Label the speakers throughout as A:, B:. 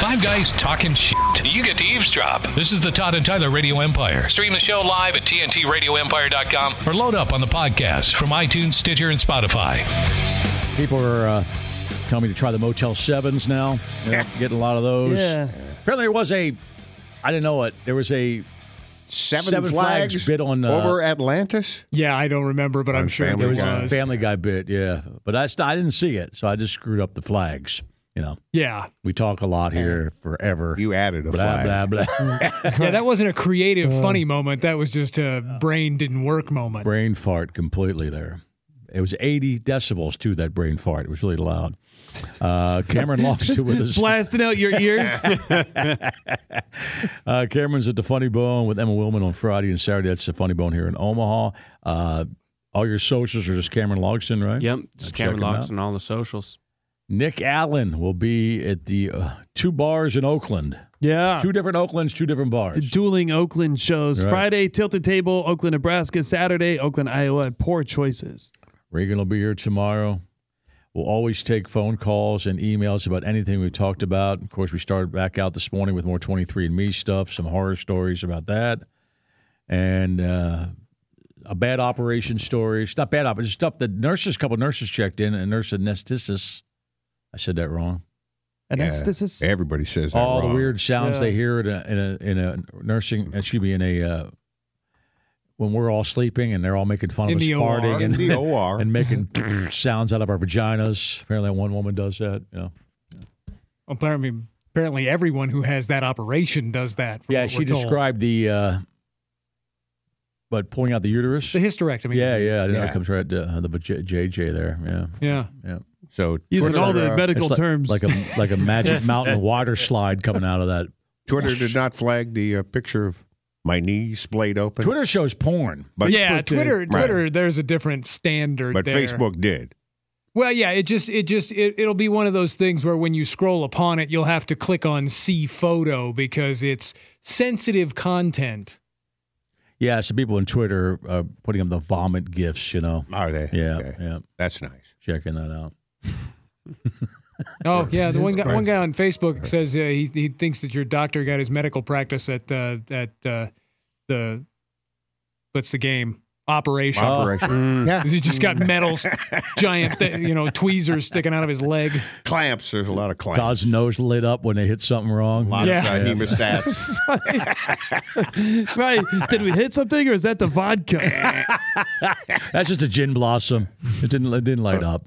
A: Five guys talking shit. You get to eavesdrop. This is the Todd and Tyler Radio Empire. Stream the show live at TNTRadioEmpire.com or load up on the podcast from iTunes, Stitcher, and Spotify.
B: People are uh, telling me to try the Motel Sevens now. They're getting a lot of those.
C: Yeah.
B: Apparently, there was a, I didn't know it. There was a
D: Seven,
B: Seven Flags bid on, uh,
D: over Atlantis.
C: Yeah, I don't remember, but I'm sure
D: Family
C: there
B: there
C: was.
B: was a
D: Guy.
B: Family Guy bit. Yeah, but I st- I didn't see it, so I just screwed up the flags. You know,
C: Yeah,
B: we talk a lot here forever.
D: You added a
B: blah,
D: flag.
B: blah blah
C: yeah, that wasn't a creative, funny moment. That was just a brain didn't work moment.
B: brain fart completely there. It was 80 decibels too. That brain fart. It was really loud. Uh, Cameron lost it with his
E: blasting out your ears.
B: Uh, Cameron's at the Funny Bone with Emma Willman on Friday and Saturday. That's the Funny Bone here in Omaha. Uh, all your socials are just Cameron Logston, right?
E: yep,
B: Check
E: just Cameron
B: him out.
E: Locks on all the socials.
B: Nick Allen will be at the uh, two bars in Oakland.
E: Yeah.
B: Two different Oaklands, two different bars.
E: The dueling Oakland shows
B: Right.
E: Friday, Tilted Table, Oakland, Nebraska. Saturday, Oakland, Iowa. at Poor choices.
B: Regan will be here tomorrow. We'll always take phone calls and emails about anything we've talked about. Of course, we started back out this morning with more 23andMe stuff, some horror stories about that, and uh, a bad operation story. It's not bad operation, stuff that nurses, a couple nurses checked in, and nurse anesthetist. I said that wrong.
E: And
D: Yeah.
E: that's this is
D: Everybody says that
B: All
D: wrong.
B: the weird sounds
E: Yeah.
B: they hear in a, in a, in a nursing, excuse me, in a, uh, when we're all sleeping and they're all making fun
C: In
B: of us
C: the OR.
B: farting.
D: in
B: And,
D: the OR.
B: and making sounds out of our vaginas. Apparently, that one woman does that. You know.
C: Apparently, apparently everyone who has that operation does that. from
B: Yeah,
C: what
B: she
C: we're told.
B: described the, uh, but pulling out the uterus.
C: the hysterectomy.
B: Yeah, yeah, I didn't know
D: Yeah.
B: it comes right to uh, the vag- JJ there. Yeah,
C: yeah.
D: so
E: using
D: Twitter,
E: all the
D: uh,
E: medical
B: It's like,
E: terms.
B: like a like a magic mountain water slide coming out of that.
D: Twitter did not flag the uh, picture of my knee splayed open.
B: Twitter shows porn.
D: but
C: yeah,
E: Facebook did.
C: Twitter,
D: Right.
C: Twitter. There's a different standard.
D: but
C: there.
D: Facebook did.
C: Well, yeah, it just, it just, it, it'll be one of those things where when you scroll upon it, you'll have to click on see photo because it's sensitive content.
B: Yeah, some people on Twitter are putting up the vomit gifts. You know.
D: Are they?
B: Yeah,
D: Okay.
B: yeah,
D: That's nice.
B: checking that out.
C: Oh yeah, the one guy,
D: Christ.
C: one guy on Facebook says uh, he he thinks that your doctor got his medical practice at uh, at uh, the what's the game operation.
D: Operation.
B: Mm.
D: Yeah.
C: He just got metals, giant th- you know tweezers sticking out of his leg.
D: Clamps. There's a lot of clamps.
B: Todd's nose lit up when they hit something wrong.
D: a lot
C: Yeah.
D: of uh, hemostats.
E: right. Did we hit something or is that the vodka?
B: That's just a gin blossom. It didn't it didn't light up.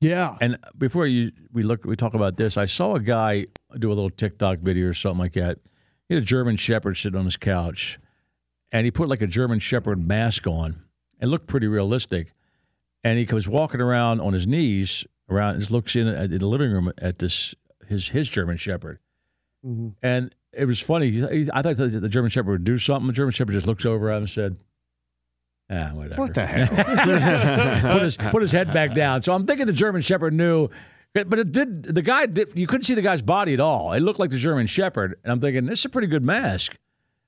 E: yeah.
B: And before you we look we talk about this, I saw a guy do a little TikTok video or something like that. He had a German shepherd sitting on his couch and he put like a German shepherd mask on. It looked pretty realistic. And he was walking around on his knees around and just looks in at, in the living room at this his his German Shepherd, and it was funny. He, he- I thought that the German Shepherd would do something. The German Shepherd just looks over at him and said, "Ah, whatever."
D: What the hell?
B: put his put his head back down. So I'm thinking the German Shepherd knew, but it did. The guy did, you couldn't see the guy's body at all. It looked like the German Shepherd, and I'm thinking this is a pretty good mask.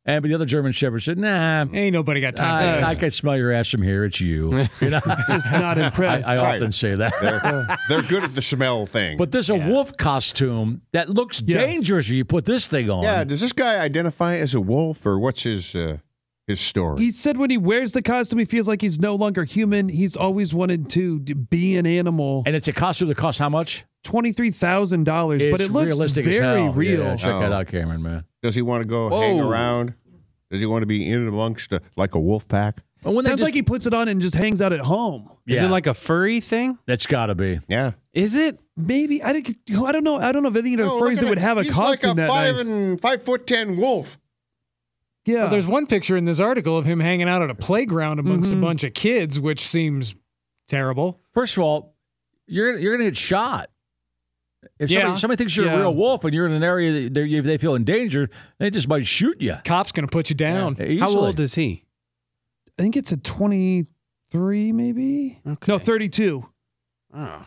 B: And but the other German Shepherd said, "Nah,
C: Ain't nobody got time for
B: I,
C: this.
B: I can smell your ass from here. It's you." You know?
E: Just not
B: I,
E: impressed.
B: I
D: Right.
B: often say that.
D: they're, they're good at the smell thing.
B: But there's a wolf costume that looks
E: Yes.
B: dangerous. if You put this thing on.
D: yeah, does this guy identify as a wolf or what's his uh, his story?
E: He said when he wears the costume, he feels like he's no longer human. He's always wanted to d- be an animal.
B: and it's a costume that costs how much?
E: Twenty three thousand dollars, but
B: It's
E: it looks
B: realistic as
E: very
B: hell.
E: real.
B: Yeah, check that
D: Oh.
B: out, Cameron, man.
D: Does he want to go hang
E: Whoa.
D: around? Does he want to be in and amongst uh like a wolf pack?
B: But when they
E: Sounds
B: just-
E: like he puts it on and just hangs out at home.
F: Is it
B: Yeah.
F: like a furry thing?
B: that's got to be.
D: Yeah.
E: Is it? Maybe I didn't. I don't know. I don't know if any of the
D: No,
E: furries
D: look at
E: that would
D: it.
E: have a
D: He's
E: costume
D: like a
E: that
D: five
E: nice.
D: and five foot ten wolf.
E: yeah,
C: Well, there's one picture in this article of him hanging out at a playground amongst a bunch of kids, which seems terrible.
B: First of all, you're you're gonna get shot. If
C: Yeah.
B: somebody, somebody thinks you're
E: Yeah.
B: a real wolf and you're in an area that they, they feel endangered, they just might shoot you.
C: Cop's gonna put you down.
B: Easily.
F: How old is he?
E: I think it's a twenty-three, maybe. No,
F: Okay.
E: thirty-two.
F: Oh.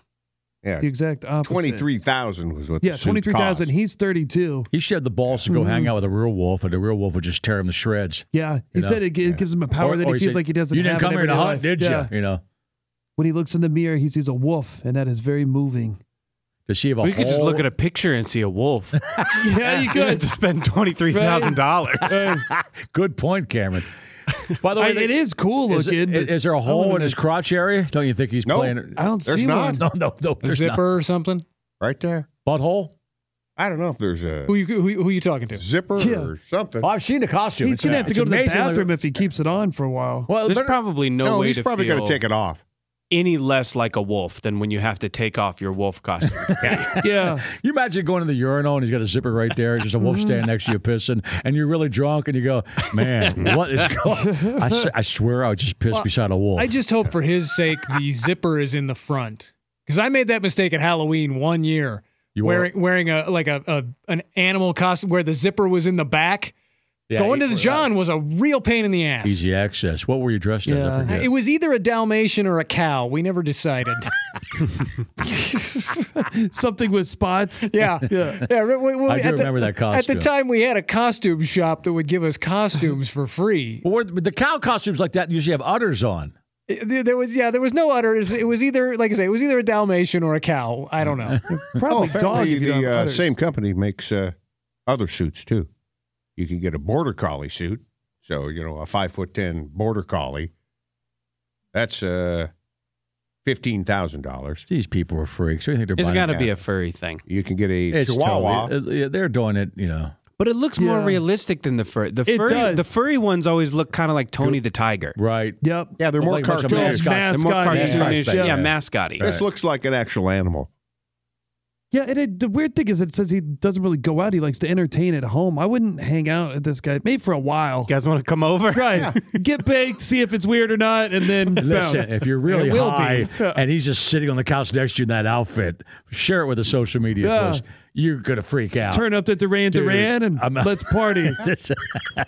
D: Yeah.
E: The exact opposite.
D: Twenty three thousand was what.
E: Yeah,
D: the suit
E: twenty-three thousand.
D: cost.
E: He's thirty-two.
B: he should have the balls to go
E: Hmm.
B: hang out with a real wolf, and the real wolf would just tear him to shreds.
E: Yeah, he
B: know?
E: said it, gi- it gives him a power
B: Or-
E: that
B: or
E: he feels
B: said,
E: like he doesn't.
B: You didn't
E: have in
B: come here to
E: everyday
B: hunt,
E: life."
B: did
E: Yeah.
B: you? You know,
E: When he looks in the mirror, he sees a wolf, and that is very moving.
B: does he have a?
F: We could just
B: whole-
F: look at a picture and see a wolf.
E: yeah, you
F: you could
E: could.
F: to spend twenty three thousand dollars.
B: Good point, Cameron. By the way,
E: I- it is cool
B: is,
E: looking.
B: is-
E: but
B: is there a
E: I
B: hole
E: wouldn't
B: in his
E: have-
B: crotch area? Don't you think he's
D: No.
B: playing?
E: I don't
D: There's
E: see
D: not.
E: one.
B: No, no, no.
C: A
B: there's
C: zipper
B: not.
C: or something.
D: right there.
B: butthole.
D: I don't know if there's a
C: Who you who, who you talking to?
D: zipper
E: Yeah.
D: or something.
B: Oh, I've seen the costume.
E: He's
B: It's-
E: gonna have to
B: it's
E: go to the
B: amazing.
E: bathroom if he keeps it on for a while.
B: Well,
F: There's
B: better-
F: probably no, way
D: he's
F: to
D: probably
F: feel
D: gonna take it off.
F: any less like a wolf than when you have to take off your wolf costume.
E: Yeah,
B: You imagine going to the urinal and he's got a zipper right there, just a wolf standing next to you pissing, and you're really drunk and you go, man, what is going I, s- I swear I would just piss
C: Well,
B: beside a wolf.
C: I just hope for his sake the zipper is in the front because I made that mistake at Halloween one year.
B: You were-
C: wearing wearing a like a, a an animal costume where the zipper was in the back.
B: Yeah,
C: Going
B: you-
C: to the John was a real pain in the ass.
B: Easy access. What were you dressed as? I
E: Yeah.
B: forget.
C: It was either a Dalmatian or a cow. We never decided.
E: something with spots.
C: yeah, yeah. yeah we- we- we-
B: I do
C: at the-
B: remember that
C: At the
B: costume.
C: time, we had a costume shop that would give us costumes for free.
B: Well, where- but the cow costumes like that usually have udders on.
C: It- there there was yeah, there was no udders. It was either like I say, it was either a Dalmatian or a cow. I don't know.
D: Oh,
E: Probably dog.
D: apparently
E: If you don't
D: the
E: have
D: uh,
E: others.
D: same company makes uh, other suits too. You can get a border collie suit, so you know a five foot ten border collie. That's uh, fifteen thousand dollars.
B: These people are freaks. What do you think they're
F: it's
B: buying?
F: got to be a furry thing,
D: You can get a
B: It's
D: Chihuahua.
B: totally- uh, they're doing it, you know.
F: but it looks more
E: Yeah.
F: realistic than the furry. The
E: It
F: furry,
E: does.
F: the furry ones always look kind of like Tony the Tiger.
B: Right.
E: Yep.
D: yeah, they're
B: Look
D: more
B: like a bunch of
D: cartoonish.
B: mascots.
F: They're more
E: Mascot,
B: yeah.
F: cartoonish,
B: Yeah.
F: yeah, mascotty.
D: This looks like an actual animal.
E: Yeah, and it, the weird thing is, it says he doesn't really go out. He likes to entertain at home. I wouldn't hang out at this guy, maybe for a while.
F: You guys want to come over?
E: Right. Get baked, see if it's weird or not, and then bounce.
B: Listen, if you're really
E: It will
B: high
E: be. Yeah.
B: and he's just sitting on the couch next to you in that outfit, share it with a social media
E: Yeah.
B: post. You're gonna freak out.
E: Turn up the Duran
B: Dude,
E: Duran and
B: I'm-
E: let's party.
B: this,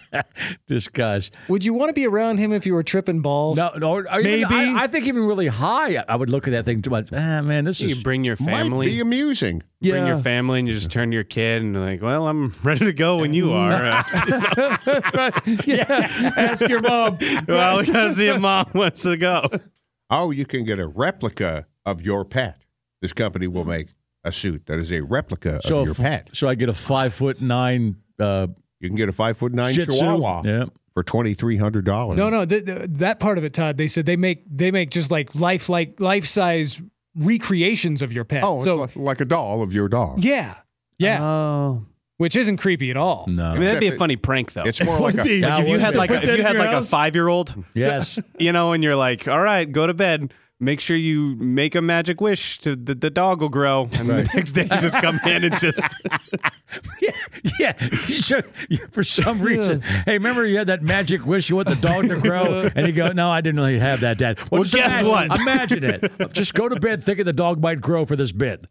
B: this guy's
C: Would you want to be around him if you were tripping balls?
B: no, no. Or even,
E: Maybe.
B: I, I think even really high, I- I would look at that thing too much. Ah, man, this
F: You
B: is.
F: bring your
D: Might be
F: family.
D: amusing.
E: yeah.
F: Bring your family and you just turn to your kid and you're like, well, I'm ready to go when you are. Uh,
E: yeah. Ask your mom.
F: well, we gotta see if mom wants to go.
D: Oh, you can get a replica of your pet. This company will make a suit that is a replica
B: Hmm. So,
D: of your
B: if-
D: pet.
B: so I get a five foot nine. Uh,
D: You can get a five foot nine
B: Shih Tzu.
D: Chihuahua
B: Yeah.
D: for twenty three hundred dollars.
C: No, no, th- th- that part of it, Todd. They said they make they make just like life like life size recreations of your pet.
D: Oh, it's
C: so
D: like, like a doll of your dog.
C: yeah, yeah,
E: Oh.
C: which isn't creepy at all.
F: I
B: no.
F: mean, that'd be a
D: Except it-
F: funny prank, though.
D: It's more like a
E: Would be.
B: Now
F: if you
B: would
F: had
B: be.
F: like
E: Put that
F: if you
E: in
F: had
E: your
F: like a
E: house?
F: five year old,
B: Yes.
F: you know, and you're like, all right, go to bed. Make sure you make a magic wish to the, the dog will grow, and the next day you just come in and just
B: yeah. yeah. So, you- for some reason, hey, remember you had that magic wish you want the dog to grow, and you go, "No, I didn't really have that, Dad."
F: Well,
B: just
F: guess
B: imagine,
F: what?
B: Imagine it. Just go to bed thinking the dog might grow for this bit.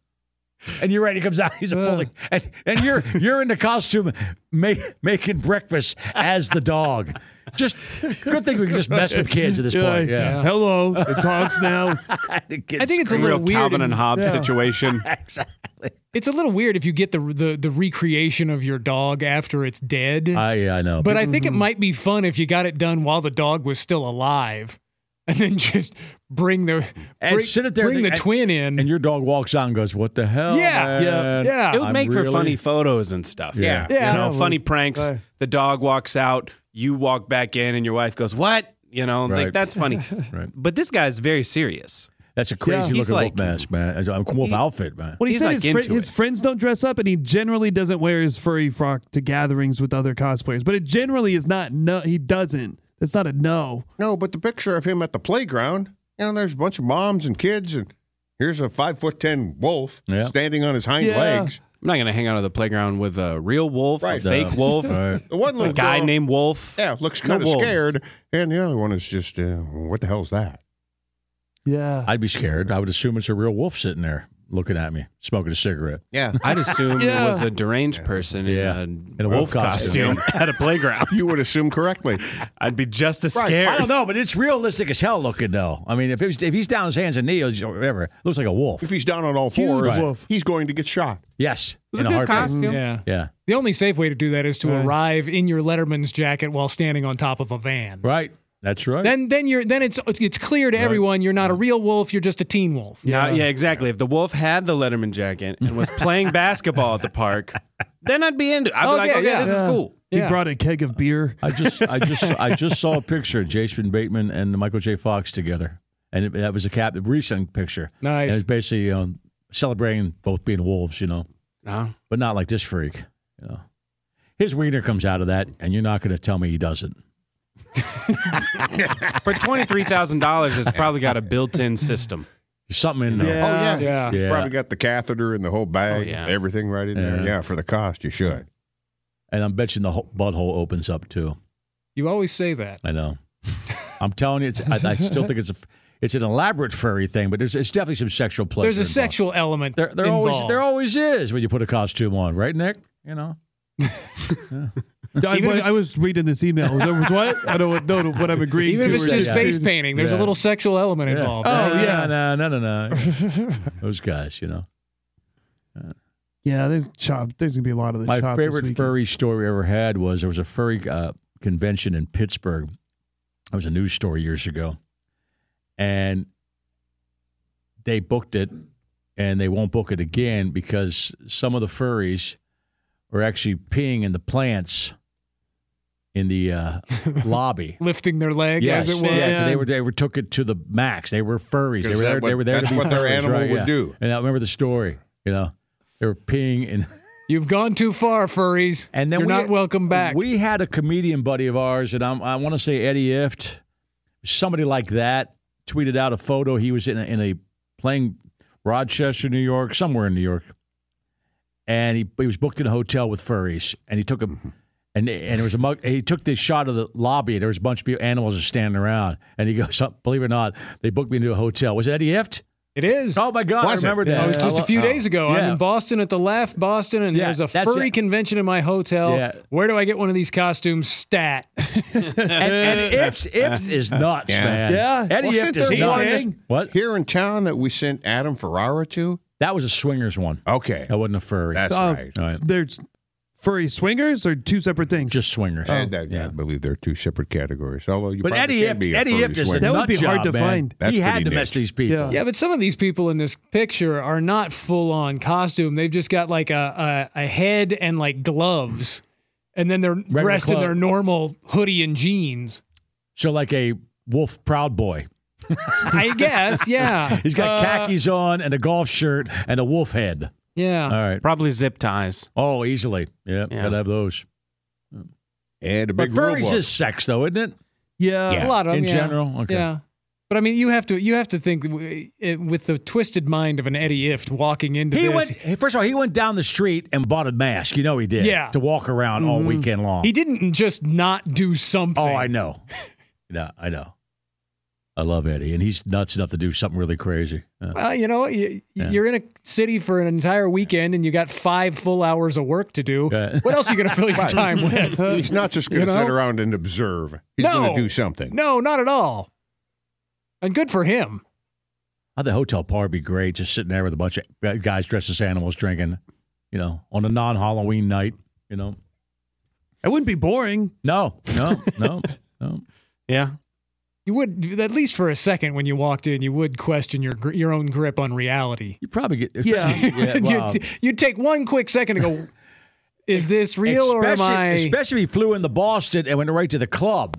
B: And you're right. He comes out. He's a fully, and, and you're you're in the costume, ma- making breakfast as the dog. Just good thing we can just mess with kids at this
E: Yeah,
B: point. Yeah,
E: Hello, it talks now.
C: I think it's a
F: real
C: little weird.
F: Calvin
C: if-
F: and Hobbes
C: yeah.
F: situation.
C: It's a little weird if you get the the, the recreation of your dog after it's dead.
B: I I know.
C: but I think it might be fun if you got it done while the dog was still alive, and then just bring the
B: And
C: bring,
B: sit it there
C: bring
B: and-
C: the twin in.
B: and your dog walks out and goes, "What the hell?"
C: Yeah, yeah,
B: man?
C: yeah.
F: It would
B: I'm
F: make for
B: really-
F: funny photos and stuff.
D: Yeah.
C: Yeah.
F: You know,
E: Yeah,
F: funny
E: well,
F: pranks.
E: right.
F: The dog walks out, you walk back in, and your wife goes, What? You know,
B: Right.
F: like that's funny.
B: Right.
F: But this guy's very serious.
B: That's a crazy
F: He's
B: looking
F: like-
B: wolf mask, man. It's a wolf outfit, man.
E: When he
F: He's,
E: said
F: like,
E: his, fri-
F: into
E: his
F: it.
E: friends don't dress up, and he generally doesn't wear his furry frock to gatherings with other cosplayers, but it generally is not no. He doesn't. That's not a no.
D: No, but the picture of him at the playground, you know, there's a bunch of moms and kids, and here's a five foot ten wolf
B: Yeah.
D: standing on his hind
E: Yeah.
D: legs.
F: I'm not going to hang out at the playground with a real wolf, a
D: Right.
F: fake
B: No.
F: wolf,
B: Right.
D: The one
F: a
D: little
F: guy
D: girl-
F: named Wolf.
D: yeah looks
F: No
D: kind of
F: wolves.
D: scared, and the other one is just uh, what the hell's that?
E: Yeah.
B: I'd be scared. I would assume it's a real wolf sitting there looking at me, smoking a cigarette.
D: Yeah,
F: I'd assume
E: Yeah.
F: it was a deranged person
B: Yeah.
F: in, a
B: In a
F: wolf,
B: wolf costume.
F: costume, at a playground.
D: you would assume correctly.
F: I'd be just as
D: Right.
F: scared.
B: I don't know, but it's realistic as hell looking though. I mean, if it was, if he's down his hands and knees or whatever, it looks like a wolf.
D: If he's down on all
E: Huge
D: fours,
E: wolf.
D: he's going to get shot.
B: Yes,
F: It was
B: in
F: a good
B: heartbeat.
F: costume.
C: yeah.
B: Yeah,
C: The only safe way to do that is to
E: Right.
C: arrive in your Letterman's jacket while standing on top of a van.
B: right. That's right.
C: Then then you're then it's it's clear to everyone you're not a real wolf, you're just a teen wolf.
F: Yeah, yeah, exactly. If the wolf had the Letterman jacket and was playing basketball at the park, then I'd be into. it. I'd
C: Oh,
F: be like,
C: yeah,
F: okay,
C: yeah.
F: this is
E: Yeah.
F: cool.
E: He
C: Yeah.
E: brought a keg of beer.
B: I just, I just, I just saw a picture of Jason Bateman and Michael J. Fox together, and it, that was a cap a recent picture.
C: Nice.
B: And it's basically um, celebrating both being wolves, you know,
F: No,
B: but not like this freak. You know, his wiener comes out of that, and you're not going to tell me he doesn't.
F: for twenty three thousand dollars, it's probably got a built in system.
B: There's something in there.
D: Oh yeah,
C: yeah.
D: He's
B: Yeah.
D: probably got the catheter and the whole bag,
F: Oh, yeah.
D: everything right in there.
B: Yeah.
D: Yeah, for the cost, you should.
B: And I'm betting the whole butthole opens up too.
C: You always say that.
B: I know. I'm telling you, it's, I, I still think it's a, it's an elaborate furry thing, but there's it's definitely some sexual pleasure.
C: There's a
B: involved.
C: sexual element.
B: There, there
C: involved.
B: always there always is when you put a costume on, right, Nick? You know.
E: I,
C: Even if
E: was,
C: it's-
E: I was reading this email. There was what? I don't know what I'm agreeing
C: Even
E: to.
C: if it's
E: or
C: just
E: not.
C: face painting, there's a
B: Yeah.
C: little sexual element involved.
E: Oh,
B: Nah,
E: yeah.
B: nah, no, no, no. Those guys, you know.
E: Yeah, there's chop. There's gonna be a lot of the
B: My
E: chop this
B: favorite
E: weekend.
B: furry story I ever had was there was a furry uh, convention in Pittsburgh. It was a news story years ago, and they booked it, and they won't book it again because some of the furries are actually peeing in the plants in the uh, lobby.
C: Lifting their leg
B: Uh, Yes,
C: as it was.
B: yes, they were they were took it to the max. They were furries. They
D: Because
B: were there. they
D: that what-
B: were there. to
D: that's
B: be
D: what their
B: furries,
D: animal
B: right?
D: would
B: Yeah.
D: do.
B: And I remember the story. You know, they were peeing in.
C: You've gone too far, furries.
B: And then
C: you're
B: we
C: not welcome back.
B: We had a comedian buddy of ours, and I'm, I want to say Eddie Ift, somebody like that, tweeted out a photo. He was in a, in a playing Rochester, New York, somewhere in New York, and he, he was booked in a hotel with furries, and he took a.
C: Mm-hmm.
B: And, and there was a mug. He took this shot of the lobby. and There was a bunch of people- animals just standing around. And he goes, "Oh, "Believe it or not, they booked me into a hotel. Was it Eddie Ift?
C: it is.
B: Oh my God,
D: Was it?
B: I remember that.
C: I was just a few days ago.
B: Yeah.
C: I'm in Boston at the Laugh Boston, and
B: Yeah,
C: there's a
B: that's
C: furry
B: it.
C: convention in my hotel.
B: Yeah.
C: Where do I get one of these costumes? Stat.
B: And, and Ift, Ift is nuts,
D: uh, Yeah.
B: man.
E: Yeah.
B: Eddie
D: Well,
B: Ift
D: shit,
B: is
D: there
B: nuts.
D: was.
B: What?
D: Here in town that we sent Adam Ferrara to.
B: That was a swingers one.
D: Okay,
B: That wasn't a furry.
D: that's
E: Oh,
D: right.
B: All right.
E: There's furry swingers or two separate things.
B: Just swingers. Oh,
D: And that- I believe there are two separate categories. Although you
B: but
D: probably
B: Eddie
D: can
B: Ift,
D: be a
B: Eddie
D: furry
B: Ift is a
D: swimmer.
E: That would
B: nut
E: be hard
B: job,
E: to
B: man.
E: find.
D: That's
B: he had
D: pretty
B: to mess
D: niche.
B: these people.
E: Yeah.
C: Yeah, but some of these people in this picture are not full on costume. They've just got like a, a, a head and like gloves, and then they're dressed in
B: clothes.
C: their normal hoodie and jeans.
B: So like a wolf proud boy.
C: I guess, yeah, Uh,
B: He's got
D: Uh,
B: khakis on and a golf shirt and a wolf head.
C: yeah.
B: All right.
F: Probably zip ties.
B: Oh, easily. Yeah,
F: Yeah.
B: gotta have those.
D: And a
B: But
D: big
B: furries
D: robot.
B: is sex, though, isn't it?
E: yeah.
C: Uh, a lot of them
B: In
C: yeah.
B: general? Okay.
C: Yeah, but I mean, you have to you have to think w- it- with the twisted mind of an Eddie Ift walking into
B: He
C: this.
B: went. hey, First of all, he went down the street and bought a mask. You know he did.
C: Yeah.
B: To walk around all weekend long.
C: he didn't just not do something.
B: Oh, I know. no, I know. I love Eddie, and he's nuts enough to do something really crazy. Yeah.
C: Well, Uh, you know, what? you,
B: Yeah.
C: you're in a city for an entire weekend and you got five full hours of work to do.
B: Yeah.
C: What else are you going to fill your
D: Right.
C: time with?
D: He's not just going
C: You
D: to
C: know?
D: sit around and observe. He's
C: No.
D: going to do something.
C: No, not at all. And good for him.
B: I think hotel par would be great, just sitting there with a bunch of guys dressed as animals drinking, you know, on a non-Halloween night. You know,
E: It wouldn't be boring.
B: no, no, no, no.
F: Yeah.
C: You would, at least for a second when you walked in, you would question your gr- your own grip on reality.
B: You probably get
E: Yeah.
B: yeah wow.
C: you'd, you'd take one quick second to go, is this real or am
B: especially,
C: I?
B: Especially if he flew into Boston and went right to the club,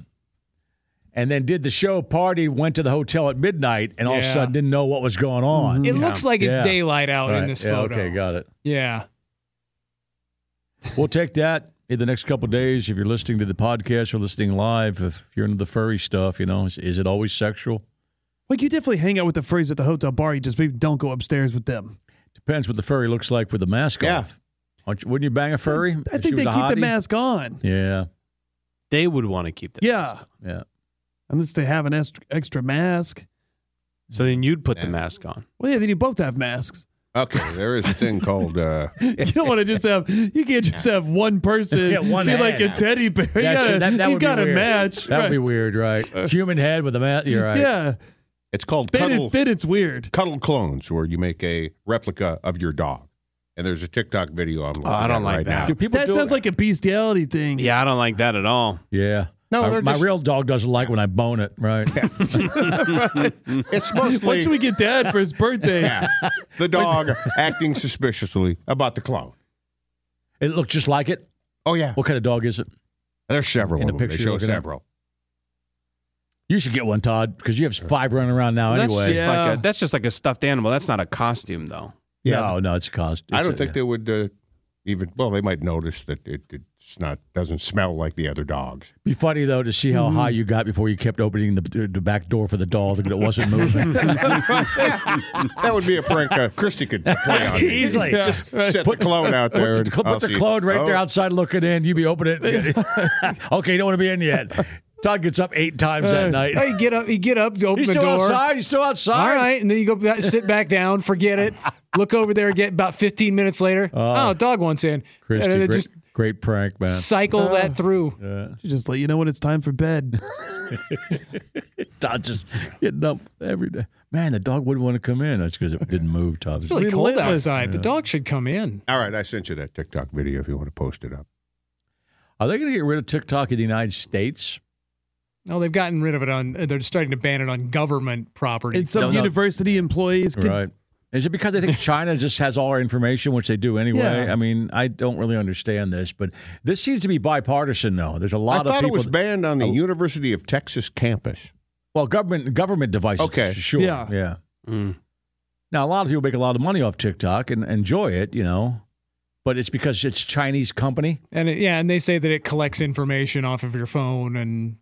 B: and then did the show, party, went to the hotel at midnight, and all of a
C: Yeah.
B: sudden didn't know what was going on.
E: Mm-hmm.
C: it looks like it's
B: Yeah.
C: daylight out
B: All
C: in
B: right.
C: this
B: yeah,
C: photo.
B: Okay, got it.
C: yeah.
B: We'll take that in the next couple of days. If you're listening to the podcast or listening live, if you're into the furry stuff, you know, is, is it always sexual?
E: Like you definitely hang out with the phrase at the hotel bar. You just maybe don't go upstairs with them.
B: Depends what the furry looks like with the mask
D: Yeah.
B: off. Aren't you, wouldn't you bang a furry?
E: I
B: if she
E: think they
B: was
E: keep
B: a
E: the
B: hottie?
E: mask on.
B: Yeah,
F: They would want to keep that.
E: Yeah,
B: yeah.
E: unless they have an est- extra mask.
F: So then you'd put the
D: Yeah.
F: mask on.
E: Well, yeah, then you both have masks.
D: Okay, there is a thing called uh,
E: You don't want to just have. You can't just have one person
B: Yeah, one
E: be
B: hand.
E: like a teddy bear. You
B: That's-
E: gotta,
B: that- that
E: you
B: would be
E: gotta
B: weird.
E: match.
B: That would be
E: right.
B: weird, right? Human head with a mask. You're right.
E: Yeah,
D: it's called
E: then,
D: cuddle
E: it, then it's weird.
D: cuddle clones, where you make a replica of your dog. And there's a TikTok video
B: Oh,
D: I'm looking
F: I don't
D: at
F: like
D: right
F: that.
B: Do
D: now.
B: people
E: That
B: do
E: sounds
B: it?
E: like a bestiality thing.
F: Yeah, I don't like that at all.
B: Yeah.
D: No,
B: my,
D: they're
B: my
D: just-
B: real dog doesn't like when I bone it, right?
D: It's
E: What
D: mostly
E: should we get Dad for his birthday?
D: yeah, the dog acting suspiciously about the clone.
B: It looked just like it.
D: Oh yeah,
B: What kind of dog is it?
D: there's several
B: In
D: in
B: the
D: of them. They
B: picture
D: show
B: you're looking at.
D: several.
B: You should get one, Todd, because you have five running around now
F: That's
B: anyway.
F: just
E: Yeah.
F: like a that's just like a stuffed animal. That's not a costume though.
B: No, no, it's a cost.
D: I
B: it's
D: don't
B: a-
D: think they would uh, even. Well, they might notice that it, it's not doesn't smell like the other dogs.
B: Be funny though to see how high you got before you kept opening the, the back door for the doll that it wasn't moving.
D: That would be a prank uh, Christy could play on.
B: Easily.
D: Just set the clone out there.
B: Put
D: and
B: the, put
D: I'll
B: the
D: see.
B: clone right there
D: Oh,
B: outside looking in. You be opening it. okay, you don't want to be in yet. Todd gets up eight times that night.
C: Hey, get up, you get up, to open
B: He's
C: the
B: still
C: door.
B: outside. He's still outside.
C: All right, and then you go back, sit back down, forget it. Look over there again. About 15 minutes later, oh, dog wants in.
B: Christy,
C: and then
B: great,
C: just
B: great prank, man.
C: cycle that through.
E: She Just let you know when it's time for bed.
B: Todd just getting up every day. Man, the dog wouldn't want to come in. That's because it didn't move, Todd.
C: It's really cold
E: relentless.
C: outside. The dog should come in.
D: All right, I sent you that TikTok video if you want to post it up.
B: Are they going to get rid of TikTok in the United States?
C: No, Oh, they've gotten rid of it on. They're starting to ban it on government property.
E: And some
B: No, no.
E: university employees could
B: Right. Is it because they think China just has all our information, which they do anyway?
E: Yeah.
B: I mean, I don't really understand this, but this seems to be bipartisan, though. There's a
D: I
B: lot of
D: thought
B: people. Oh.
D: it was banned on the University of Texas campus.
B: well, government government devices.
D: Okay.
B: Sure.
E: Yeah.
B: yeah.
F: Mm.
B: Now, a lot of people make a lot of money off TikTok and enjoy it, you know, but it's because it's Chinese company.
C: and it, yeah, and they say that it collects information off of your phone and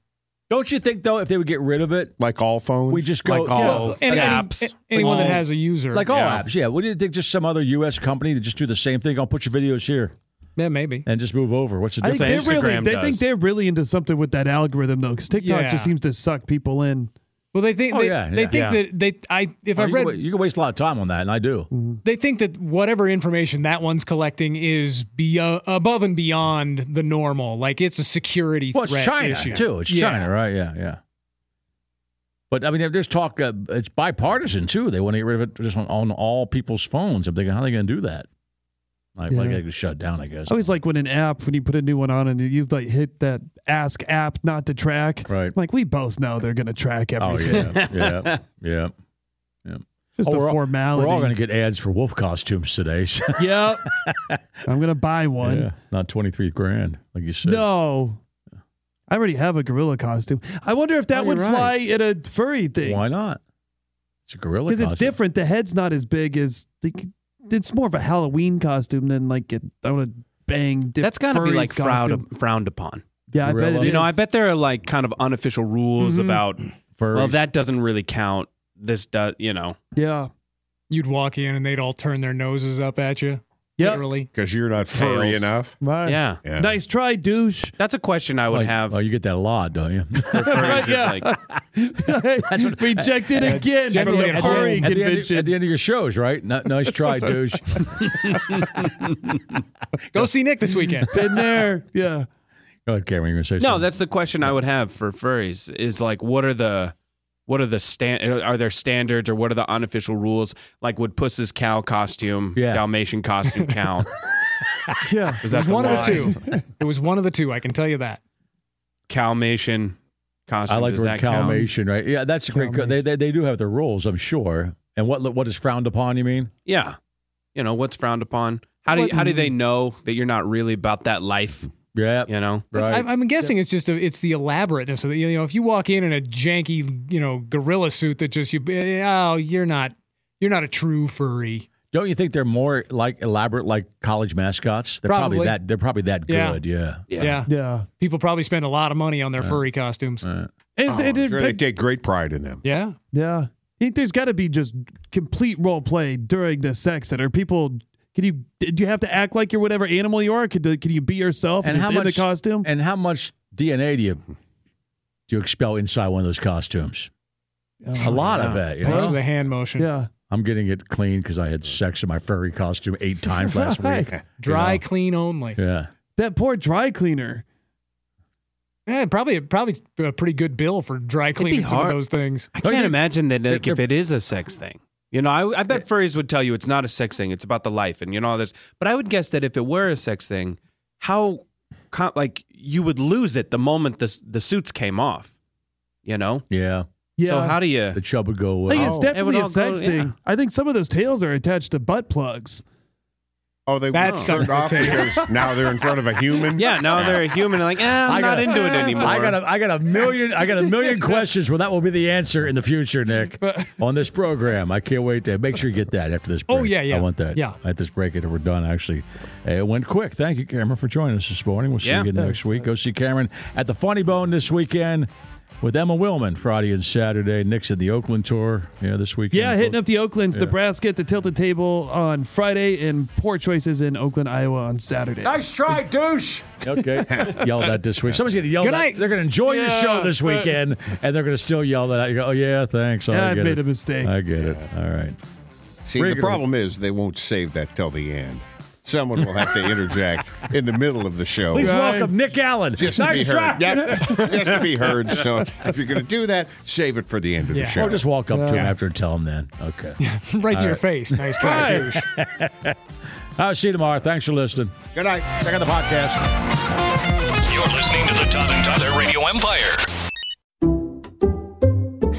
B: Don't you think though, if they would get rid of it,
D: Like all phones?
B: we just go
F: Like all
B: Yeah,
C: any- any-
F: apps.
C: anyone that
F: All-
C: has a user,
B: like all
F: Yeah.
B: apps. Yeah. Wouldn't you think just some other U.S. company to just do the same thing? I'll put your videos here
C: yeah, maybe.
B: and just move over. What's the
E: I
B: difference?
E: think they're
F: That's what
E: really,
F: Instagram
E: they
F: does.
E: think they're really into something with that algorithm though, because TikTok
C: Yeah.
E: just seems to suck people in.
C: Well, they think
B: Oh,
C: they,
B: yeah,
C: they
B: yeah.
C: think
F: Yeah.
C: that they. I if
B: Oh,
C: I
B: you,
C: read
B: can, wa- you can waste a lot of time on that, and I do.
C: they think that whatever information that one's collecting is be- uh, above and beyond the normal. Like it's a security
B: Well, it's
C: threat
B: China
C: issue
B: too. It's
C: Yeah.
B: China, right? Yeah, yeah. But I mean, if there's talk. Uh, it's bipartisan too. They want to get rid of it just on, on all people's phones. I'm thinking, how are they going to do that? Like, like
E: Yeah.
B: they could shut down, I guess.
E: I always like when an app, when you put a new one on and you like hit that ask app not to track.
B: Right.
E: Like we both know they're gonna track
B: Oh
E: everything.
B: yeah, yeah, yeah.
E: Just
B: Oh,
E: a
B: we're all-
E: formality.
B: We're all going to get ads for wolf costumes today. so-
E: yep. I'm gonna buy one.
B: yeah, not twenty three grand, like you said.
E: No. I already have a gorilla costume. I wonder if that
B: Oh,
E: would
B: you're
E: fly
B: right.
E: in a furry thing.
B: why not? It's a gorilla
E: Because it's
B: costume.
E: different. The head's not as big as the, it's more of a Halloween costume than like it, I want to bang. Dip,
F: That's gotta be
E: furry's
F: like
E: costume.
F: frowned, frowned upon.
E: Yeah, I bet
B: Gorilla.
E: it is.
F: You know, I bet there are like kind of unofficial rules about
B: Furries.
F: well, that doesn't really count. This does, you know.
E: Yeah,
C: You'd walk in and they'd all turn their noses up at you. literally.
D: because you're not furry
F: Tails.
D: enough.
E: Right.
F: Yeah.
D: Yeah.
E: Nice try, douche.
F: That's a question I would
B: Like-
F: have.
B: Oh, you get that a lot, don't you?
F: for furries is
E: Yeah.
F: like,
E: Rejected again
C: Jeff
E: from
C: Lynne
E: the
C: at
E: furry
C: home.
B: at, the end,
E: convention.
B: at the end of your shows, right? N- nice try, douche.
C: Go see Nick this weekend.
E: Been there. Yeah.
B: Okay, Cameron, you going to say
F: no,
B: something?
F: that's the question I would have for furries is like, what are the, what are the stand, are there standards or what are the unofficial rules? Like, would Puss's cow costume,
B: Yeah.
F: Dalmatian costume count?
E: Yeah.
F: Is that the
C: one of the
F: line?
C: two. It was one of the two. I can tell you that.
F: Calmation costume.
B: I like
F: does
B: the word
F: that count?
B: calmation, right? Yeah, that's a great. co- They, they they do have their rules, I'm sure. And what what is frowned upon? You mean?
F: Yeah. You know, what's frowned upon? How do you,
C: What-
F: how do they know that you're not really about that life?
B: Yeah,
F: You know?
B: right.
C: I'm, I'm guessing it's just a, it's the elaborateness of the, you know if you walk in in a janky you know gorilla suit that just you oh you're not you're not a true furry.
B: Don't you think they're more like elaborate, like college mascots? They're probably,
C: Probably.
B: that. They're probably that
C: Yeah.
B: good. Yeah.
C: Yeah.
E: Yeah.
C: people probably spend a lot of money on their furry costumes.
E: It's,
D: Oh, I'm
E: it, it,
D: sure they take great pride in them.
C: yeah,
E: yeah. I think there's got to be just complete role play during the sex that are people. Can you do you have to act like you're whatever animal you are? Can, can you be yourself and, just in the costume?
B: And how much DNA do you do you expel inside one of those costumes?
E: Oh,
B: a lot, I bet. you
C: thanks
B: know?
C: for the hand motion.
E: yeah.
B: I'm getting it clean because I had sex in my furry costume eight times last
E: Right.
B: week. you
C: Dry,
B: know?
C: clean only.
B: Yeah.
E: That poor dry cleaner.
C: Yeah, probably probably a pretty good bill for dry cleaning some of
F: hard.
C: those things.
F: I
B: Don't
F: can't
B: you-
F: imagine that like,
B: they're-
F: if it is a sex thing. You know, I, I bet furries would tell you it's not a sex thing. It's about the life and you know all this. But I would guess that if it were a sex thing, how com- like you would lose it the moment the s- the suits came off. You know.
B: Yeah.
E: Yeah.
F: So how do you?
B: The chub would go
E: I
B: away.
E: think it's
F: Oh.
E: definitely
F: It would
E: a
F: all
E: sex
F: go-
E: thing.
F: yeah.
E: I think some of those tails are attached to butt plugs.
D: Oh, they
C: That's
D: That's turned
C: got
D: off because now they're in front of a human.
F: Yeah. Now they're a human. Like, eh, I'm not
B: gotta-
F: into it anymore.
B: I got a, I got a million I got a million questions where that will be the answer in the future, Nick, on this program. I can't wait to make sure you get that after this break.
C: Oh, yeah, yeah.
B: I want that.
C: Yeah.
B: At this break, and we're done, actually. Uh, It went quick. Thank you, Cameron, for joining us this morning. We'll see
F: Yeah.
B: you again next week. Go see Cameron at the Funny Bone this weekend with Emma Willman Friday and Saturday. Nick's at the Oakland tour. Yeah, this weekend.
E: Yeah, hitting up the Oaklands, Nebraska at the Tilted Table on Friday, and Poor Choices in Oakland, Iowa on Saturday.
B: Okay. yelled at this week. Somebody's going to yell
C: Good
B: that.
C: night.
B: They're going to enjoy your
E: Yeah,
B: show this
E: right.
B: weekend, and they're going to still yell that out. You go, oh, yeah, thanks. I
E: Yeah, I've
B: get
E: made
B: it.
E: a mistake.
B: I get it. All right.
D: See,
B: Regular.
D: the problem is they won't save that till the end. Someone will have to interject in the middle of the show.
B: Please
E: Right.
B: welcome Nick Allen.
D: Just
B: nice
D: to be heard.
B: drop.
D: Yep. just to be heard. So if you're going to do that, save it for the end of
C: Yeah.
D: the show.
B: Or just walk up to him after and tell him then. Okay.
C: right to your face. Nice try, douche.
B: I'll see you tomorrow. Thanks for listening.
D: Good night.
B: Check out the podcast.
A: You're listening to the Todd and Tyler Radio Empire.